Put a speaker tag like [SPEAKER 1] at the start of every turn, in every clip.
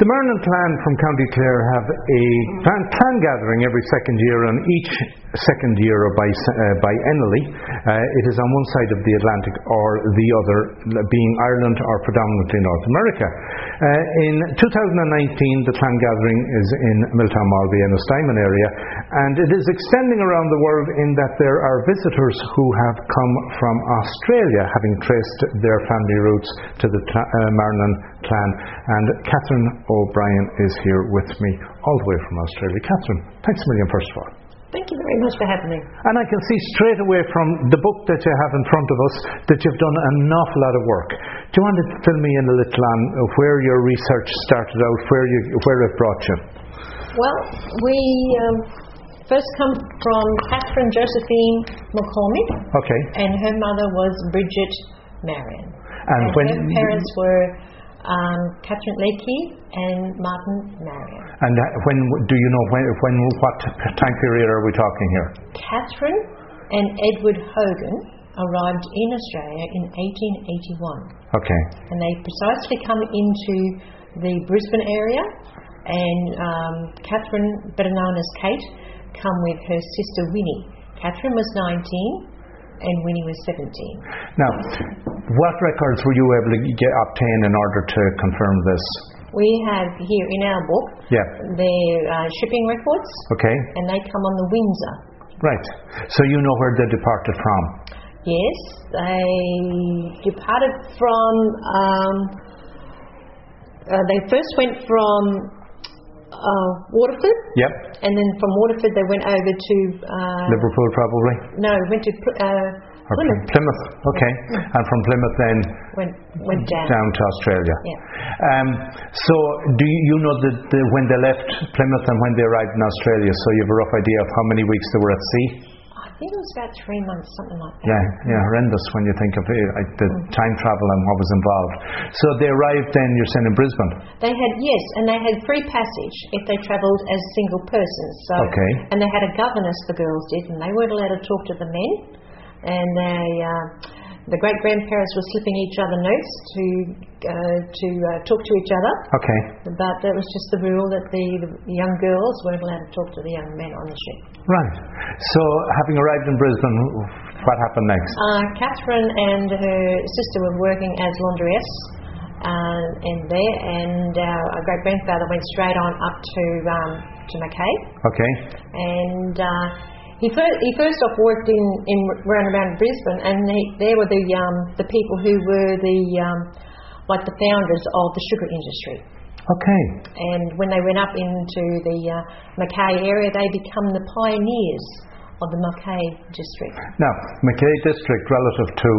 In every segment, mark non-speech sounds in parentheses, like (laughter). [SPEAKER 1] The Marnon Clan from County Clare have a clan, clan gathering every second year on each second year by, uh, by Enlil. Uh, it is on one side of the Atlantic or the other, being Ireland or predominantly North America. Uh, in 2019, the clan gathering is in Milltown Mall, the Ennis Diamond area, and it is extending around the world in that there are visitors who have come from Australia, having traced their family roots to the cl- Marnon clan. And Catherine O'Brien is here with me, all the way from Australia. Catherine, thanks a million, first of all.
[SPEAKER 2] Thank you very much for having me.
[SPEAKER 1] And I can see straight away from the book that you have in front of us that you've done an awful lot of work. Do you want to fill me in a little on where your research started out, where, you, where it brought you?
[SPEAKER 2] Well, we um, first come from Catherine Josephine McCormick.
[SPEAKER 1] Okay.
[SPEAKER 2] And her mother was Bridget Marion.
[SPEAKER 1] And when-
[SPEAKER 2] her parents were um, Catherine Leakey and Martin Marion.
[SPEAKER 1] And uh, when do you know when, when what time period are we talking here?
[SPEAKER 2] Catherine and Edward Hogan arrived in Australia in 1881.
[SPEAKER 1] Okay.
[SPEAKER 2] and they precisely come into the Brisbane area. And um, Catherine, better known as Kate, come with her sister Winnie. Catherine was 19 and Winnie was 17.
[SPEAKER 1] Now, what records were you able to get, obtain in order to confirm this?
[SPEAKER 2] We have here in our book
[SPEAKER 1] Yeah.
[SPEAKER 2] their uh, shipping records,
[SPEAKER 1] Okay.
[SPEAKER 2] and they come on the Windsor.
[SPEAKER 1] Right. So you know where they departed from.
[SPEAKER 2] Yes, they departed from. Um, uh, they first went from uh, Waterford,
[SPEAKER 1] Yep.
[SPEAKER 2] and then from Waterford they went over to uh,
[SPEAKER 1] Liverpool probably.
[SPEAKER 2] no, went to Pl- uh,
[SPEAKER 1] Or
[SPEAKER 2] Plymouth.
[SPEAKER 1] Plymouth. Okay. And from Plymouth then
[SPEAKER 2] Went went down.
[SPEAKER 1] Mm-hmm. down to Australia.
[SPEAKER 2] Yeah.
[SPEAKER 1] Um, so do you you know that the, when they left Plymouth and when they arrived in Australia, so you have a rough idea of how many weeks they were at sea?
[SPEAKER 2] I think it was about three months, something like that.
[SPEAKER 1] Yeah, yeah, horrendous when you think of it, like the time travel and what was involved. So they arrived then, you're saying, in Brisbane.
[SPEAKER 2] They had yes, and they had free passage if they travelled as single persons. So
[SPEAKER 1] Okay.
[SPEAKER 2] and they had a governess the girls did, and they weren't allowed to talk to the men. And they, uh, the great grandparents were slipping each other notes to uh, to uh, talk to each other.
[SPEAKER 1] Okay.
[SPEAKER 2] But that was just the rule that the, the young girls weren't allowed to talk to the young men on the ship.
[SPEAKER 1] Right. So having arrived in Brisbane, what happened next?
[SPEAKER 2] Uh, Catherine and her sister were working as laundress um, in there, and uh, our great grandfather went straight on up to um, to Mackay,
[SPEAKER 1] Okay.
[SPEAKER 2] and uh, he first he first off worked in in round around Brisbane, and he, there were the um, the people who were the um, like the founders of the sugar industry.
[SPEAKER 1] Okay.
[SPEAKER 2] And when they went up into the uh, Mackay area, they become the pioneers of the Mackay district.
[SPEAKER 1] Now, Mackay District, relative to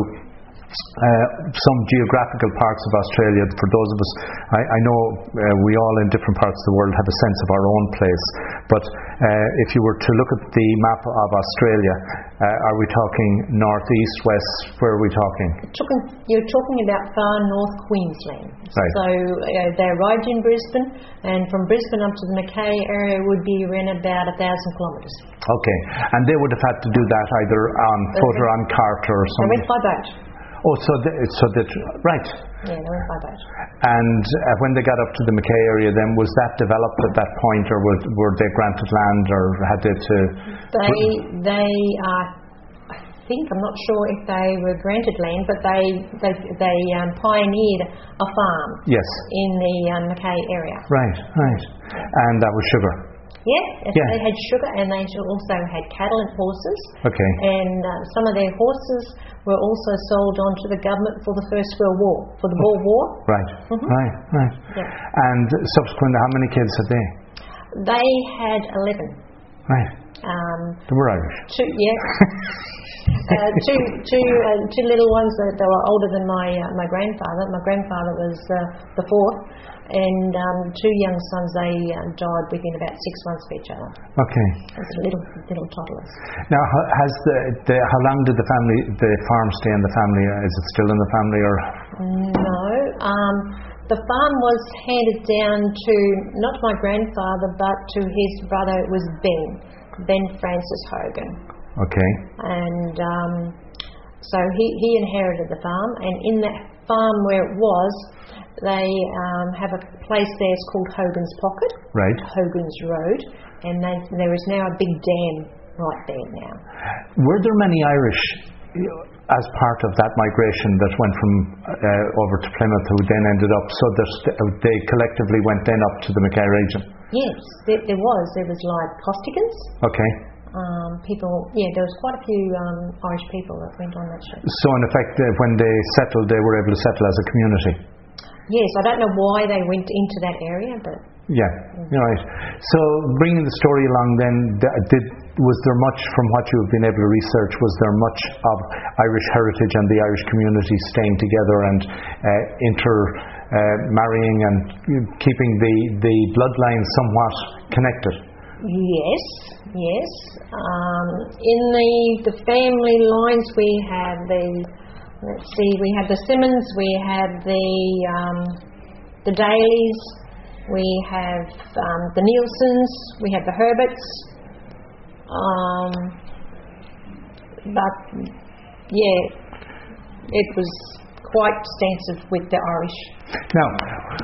[SPEAKER 1] uh, some geographical parts of Australia, for those of us, I, I know uh, we all in different parts of the world have a sense of our own place, but uh, if you were to look at the map of Australia, uh, are we talking north, east, west? Where are we talking?
[SPEAKER 2] talking, you're talking about far north Queensland.
[SPEAKER 1] Right.
[SPEAKER 2] So uh, they arrived in Brisbane, and from Brisbane up to the Mackay area would be around about a thousand kilometres.
[SPEAKER 1] Okay, and they would have had to do that either on foot or on cart or
[SPEAKER 2] They
[SPEAKER 1] something.
[SPEAKER 2] went by boat.
[SPEAKER 1] Oh, so that, so that right.
[SPEAKER 2] Yeah, they went by boat.
[SPEAKER 1] And uh, when they got up to the Mackay area, then was that developed at that point, or was, were they granted land, or had they to?
[SPEAKER 2] They, they are. I think I'm not sure if they were granted land, but they they, they um, pioneered a farm
[SPEAKER 1] Yes.
[SPEAKER 2] in the um, Mackay area.
[SPEAKER 1] Right, right. And that was sugar.
[SPEAKER 2] Yeah,
[SPEAKER 1] Yeah.
[SPEAKER 2] they had sugar and they also had cattle and horses.
[SPEAKER 1] Okay.
[SPEAKER 2] And uh, some of their horses were also sold on to the government for the First World War, for the Boer War.
[SPEAKER 1] Right, right, right.
[SPEAKER 2] Yeah.
[SPEAKER 1] And subsequently, how many kids had they?
[SPEAKER 2] They had 11.
[SPEAKER 1] Right,
[SPEAKER 2] Um,
[SPEAKER 1] they were Irish. (laughs)
[SPEAKER 2] two, yeah. uh, two, two, uh, two little ones that they were older than my, uh, my grandfather. My grandfather was uh, the fourth. And um, two young sons, they uh, died within about six months of each other.
[SPEAKER 1] Okay.
[SPEAKER 2] As little, little toddlers.
[SPEAKER 1] Now, ho- has the, the how long did the family, the farm stay in the family? Is it still in the family, or
[SPEAKER 2] No. Um, the farm was handed down to not my grandfather, but to his brother. It was Ben, Ben Francis Hogan,
[SPEAKER 1] okay?
[SPEAKER 2] and um, so he, he inherited the farm. And in that farm where it was, they um, have a place there. It's called Hogan's Pocket,
[SPEAKER 1] Right.
[SPEAKER 2] Hogan's Road, and they, there is now a big dam right there now.
[SPEAKER 1] Were there many Irish uh, as part of that migration that went from uh, over to Plymouth who then ended up, so that st- they collectively went then up to the Mackay region?
[SPEAKER 2] Yes, there, there was. There was like Costigans.
[SPEAKER 1] Okay.
[SPEAKER 2] Um, people, yeah, there was quite a few um, Irish people that went on that ship.
[SPEAKER 1] So, in effect, uh, when they settled, they were able to settle as a community.
[SPEAKER 2] Yes, I don't know why they went into that area, but
[SPEAKER 1] Yeah, you're right. So bringing the story along, then th- did was there much from what you have been able to research? Was there much of Irish heritage and the Irish community staying together and uh, inter uh, marrying and you know, keeping the the bloodline somewhat connected?
[SPEAKER 2] yes, yes. Um, in the the family lines, we have the let's see, we have the Simmons, we have the um, the Dailies, we have um, the Nielsens, we have the Herberts. Um, but yeah, it was quite extensive with the Irish.
[SPEAKER 1] Now,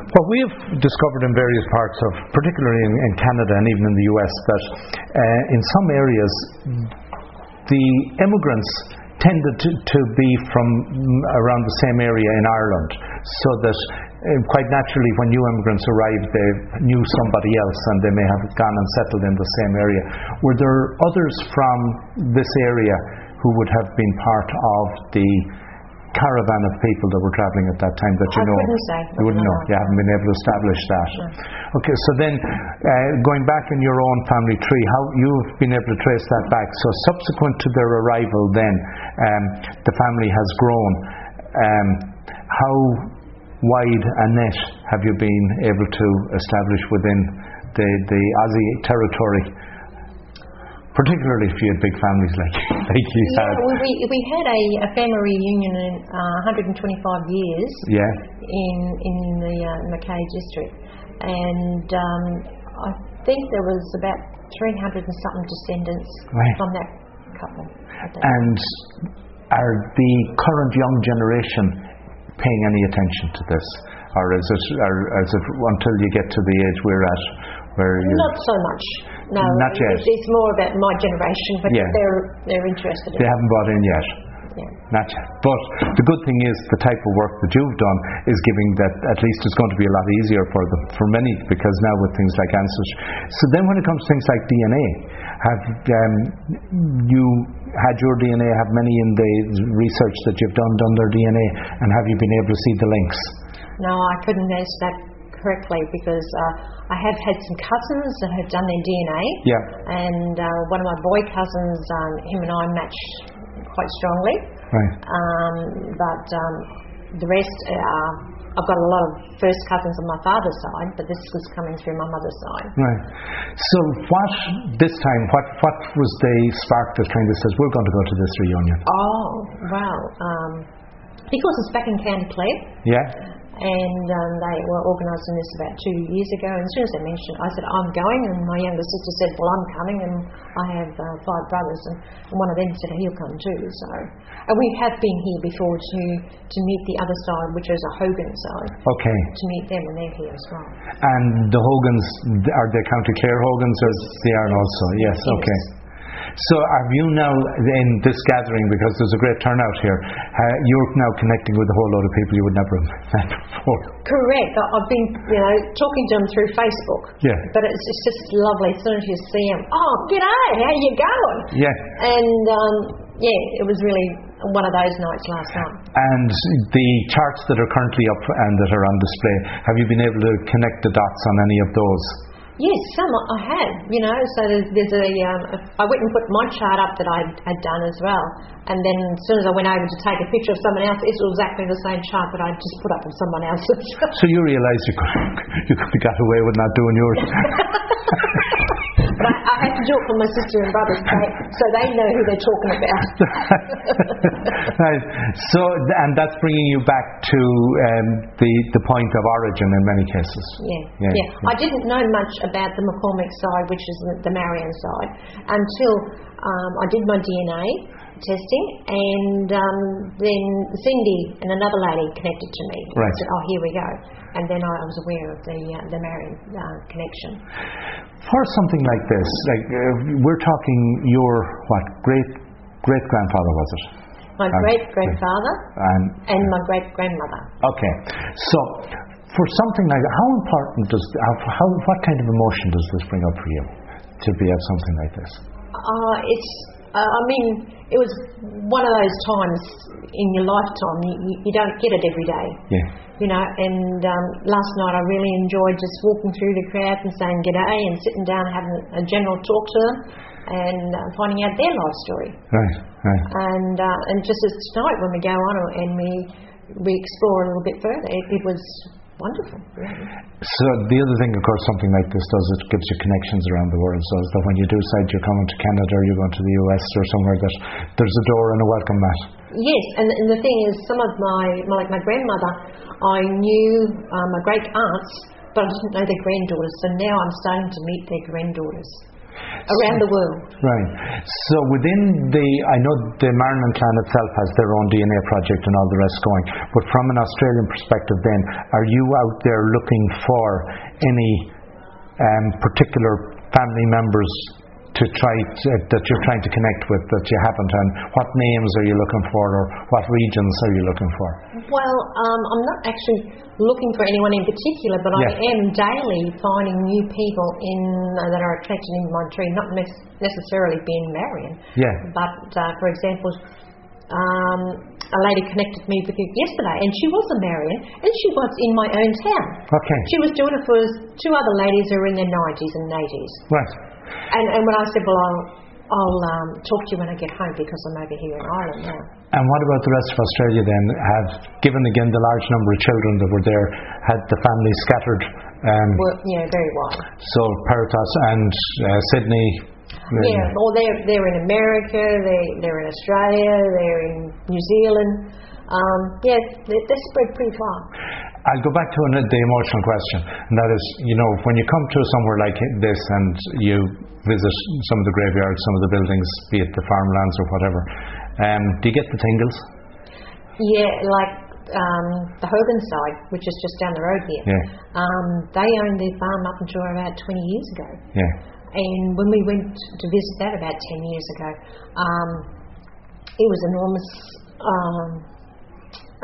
[SPEAKER 1] what we have discovered in various parts of, particularly in, in Canada and even in the US, that uh, in some areas the immigrants tended to, to be from mm, around the same area in Ireland, so that uh, quite naturally when new immigrants arrived they knew somebody else and they may have gone and settled in the same area. Were there others from this area who would have been part of the caravan of people that were travelling at that time that you
[SPEAKER 2] I
[SPEAKER 1] know?
[SPEAKER 2] couldn't say.
[SPEAKER 1] You wouldn't know.
[SPEAKER 2] No.
[SPEAKER 1] You haven't been able to establish that. Okay, so then uh, going back in your own family tree, how you've been able to trace that back. So subsequent to their arrival, then um, the family has grown. Um, how wide a net have you been able to establish within the the Aussie territory? Particularly if you had big families like (laughs) like you
[SPEAKER 2] Yeah,
[SPEAKER 1] had.
[SPEAKER 2] well, we, we had a, a family reunion in uh, 125 years
[SPEAKER 1] Yeah.
[SPEAKER 2] in in the uh, Mackay district, and um, I think there was about 300 and something descendants
[SPEAKER 1] Right.
[SPEAKER 2] from that couple. at that-
[SPEAKER 1] And are the current young generation paying any attention to this? Or is it, or is it until you get to the age we're at where you.
[SPEAKER 2] Not so much. No,
[SPEAKER 1] Not
[SPEAKER 2] it-
[SPEAKER 1] yet.
[SPEAKER 2] It's, it's more about my generation, but
[SPEAKER 1] Yeah.
[SPEAKER 2] they're they're interested.
[SPEAKER 1] They
[SPEAKER 2] in
[SPEAKER 1] haven't bought in yet.
[SPEAKER 2] Yeah.
[SPEAKER 1] Not yet. But the good thing is the type of work that you've done is giving that at least it's going to be a lot easier for them, for many, because now with things like ancestry. So then when it comes to things like DNA, have um, you had your DNA, have many in the research that you've done done their DNA, and have you been able to see the links?
[SPEAKER 2] No, I couldn't answer that correctly because uh, I have had some cousins that have done their DNA.
[SPEAKER 1] Yeah.
[SPEAKER 2] And uh, one of my boy cousins, um, him and I matched quite strongly.
[SPEAKER 1] Right.
[SPEAKER 2] Um, but um, the rest are. I've got a lot of first cousins on my father's side, but this was coming through my mother's side.
[SPEAKER 1] Right. So what this time? What what was the spark that kind of says we're going to go to this reunion?
[SPEAKER 2] Oh, wow. Um, because it's back in County Clare,
[SPEAKER 1] Yeah.
[SPEAKER 2] and um, they were organising this about two years ago. And as soon as they mentioned, it, I said, "I'm going," and my younger sister said, "Well, I'm coming," and I have uh, five brothers, and, and one of them said he'll come too. So, and we have been here before to to meet the other side, which is a Hogan side,
[SPEAKER 1] Okay.
[SPEAKER 2] to meet them, and they're here as well.
[SPEAKER 1] And the Hogans th- are the County Clare Hogans, or they are also? Yes. Okay. So are you now in this gathering because there's a great turnout here? Uh, you're now connecting with a whole lot of people you would never have (laughs) met before.
[SPEAKER 2] Correct. I- I've been, you know, talking to them through Facebook.
[SPEAKER 1] Yeah.
[SPEAKER 2] But it's, it's just lovely. As soon as you see them, oh, g'day, how you going?
[SPEAKER 1] Yeah.
[SPEAKER 2] And um, yeah, it was really one of those nights last night.
[SPEAKER 1] And the charts that are currently up and that are on display, have you been able to connect the dots on any of those?
[SPEAKER 2] Yes, some I I have, you know. So there's, there's a, um, a, I went and put my chart up that I had done as well, and then as soon as I went over to take a picture of someone else, it's exactly the same chart that I just put up of someone else's.
[SPEAKER 1] So you (laughs) realise you could, you could have got away with not doing yours.
[SPEAKER 2] (laughs) but I, I had to joke for my sister and brother, right? so they know who they're talking about.
[SPEAKER 1] (laughs) Right. So, th- and that's bringing you back to um, the, the point of origin in many cases.
[SPEAKER 2] Yeah,
[SPEAKER 1] Yeah,
[SPEAKER 2] yeah,
[SPEAKER 1] yeah.
[SPEAKER 2] I didn't know much about the McCormick side, which is the- the Marion side, until um, I did my DNA testing, and um, then Cindy and another lady connected to me.
[SPEAKER 1] Right.
[SPEAKER 2] I said, "Oh, here we go," and then I was aware of the uh, the Marion uh, connection.
[SPEAKER 1] For something like this, like uh, we're talking your, what, great great grandfather was it?
[SPEAKER 2] My
[SPEAKER 1] Um,
[SPEAKER 2] great grandfather
[SPEAKER 1] And
[SPEAKER 2] and my great grandmother.
[SPEAKER 1] Okay. So, for something like that, how important does how, how what kind of emotion does this bring up for you to be at something like this?
[SPEAKER 2] Uh, it's. Uh, I mean, it was one of those times in your lifetime you, you, you don't get it every day.
[SPEAKER 1] Yeah.
[SPEAKER 2] you know, and um, last night I really enjoyed just walking through the crowd and saying g'day and sitting down and having a general talk to them and uh, finding out their life story.
[SPEAKER 1] Right. Right.
[SPEAKER 2] And uh, and just as tonight when we go on and we we explore a little bit further, it, it was wonderful. really.
[SPEAKER 1] So the other thing, of course, something like this does it gives you connections around the world. So that when you do decide you're coming to Canada or you're going to the US or somewhere, that there's a door and a welcome mat.
[SPEAKER 2] Yes, and, and the thing is, some of my, my like my grandmother, I knew uh, my great aunts, but I didn't know their granddaughters. So now I'm starting to meet their granddaughters around the world.
[SPEAKER 1] Right. So within the, I know the Marilyn clan itself has their own DNA project and all the rest going, but from an Australian perspective, then, are you out there looking for any um, particular family members to try to, uh, that you're trying to connect with that you haven't, and what names are you looking for, or what regions are you looking for?
[SPEAKER 2] Well, um, I'm not actually looking for anyone in particular, but I
[SPEAKER 1] Yeah.
[SPEAKER 2] am daily finding new people in uh, that are attracted in Monterey, not ne- necessarily being Marion.
[SPEAKER 1] Yeah.
[SPEAKER 2] But uh, for example, um, a lady connected me with you yesterday, and she was a Marion, and she was in my own town.
[SPEAKER 1] Okay.
[SPEAKER 2] She was doing it for two other ladies who were in their 90s and 80s.
[SPEAKER 1] Right.
[SPEAKER 2] And, and when I said, well, I'll, I'll um, talk to you when I get home because I'm over here in Ireland now.
[SPEAKER 1] And what about the rest of Australia then? Have, given again the large number of children that were there, had the families scattered? Um,
[SPEAKER 2] Well, yeah, very wide.
[SPEAKER 1] So Peritas and uh, Sydney.
[SPEAKER 2] Yeah,
[SPEAKER 1] uh,
[SPEAKER 2] or they're, they're in America, they, they're in Australia, they're in New Zealand. Um, yeah, they're, they're spread pretty far.
[SPEAKER 1] I'll go back to an, the emotional question, and that is, you know, when you come to somewhere like this and you visit some of the graveyards, some of the buildings, be it the farmlands or whatever, um, do you get the tingles?
[SPEAKER 2] Yeah, like um, the Hogan side, which is just down the road here,
[SPEAKER 1] Yeah.
[SPEAKER 2] um, they owned their farm up until about 20 years ago.
[SPEAKER 1] Yeah.
[SPEAKER 2] And when we went to visit that about 10 years ago, um, it was enormous um,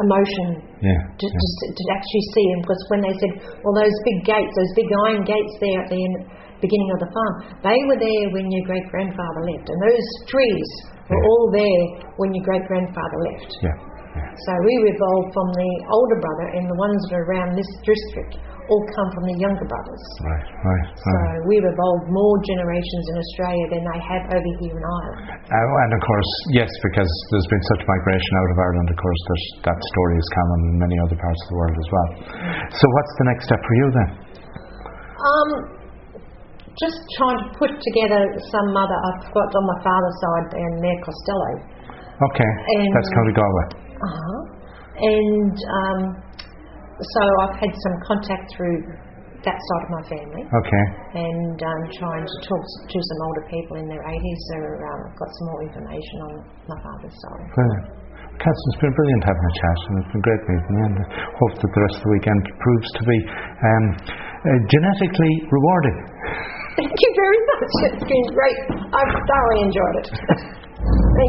[SPEAKER 2] emotion
[SPEAKER 1] Yeah.
[SPEAKER 2] to,
[SPEAKER 1] yeah.
[SPEAKER 2] to, s- to actually see them because when they said, well, those big gates, those big iron gates there at the end, beginning of the farm, they were there when your great grandfather left, and those trees were
[SPEAKER 1] Yeah.
[SPEAKER 2] all there when your great grandfather left.
[SPEAKER 1] yeah.
[SPEAKER 2] So we were evolved from the older brother, and the ones that are around this district all come from the younger brothers.
[SPEAKER 1] Right, right,
[SPEAKER 2] So
[SPEAKER 1] right.
[SPEAKER 2] we've evolved more generations in Australia than they have over here in Ireland.
[SPEAKER 1] Uh, and of course, yes, because there's been such migration out of Ireland, of course, that, that story is common in many other parts of the world as well. So, what's the next step for you then?
[SPEAKER 2] Um, just trying to put together some other. I've got on my father's side, and they're Costello.
[SPEAKER 1] Okay,
[SPEAKER 2] Um,
[SPEAKER 1] that's County Galway.
[SPEAKER 2] Uh-huh. And um, so I've had some contact through that side of my family
[SPEAKER 1] Okay.
[SPEAKER 2] and um, trying to talk s- to some older people in their 80s who um, got some more information on my father's side.
[SPEAKER 1] Brilliant. Kirsten, it's been brilliant having a chat, and it's been great meeting you, and I hope that the rest of the weekend proves to be um, uh, genetically rewarding.
[SPEAKER 2] Thank you very much. It's been great. I've thoroughly enjoyed it.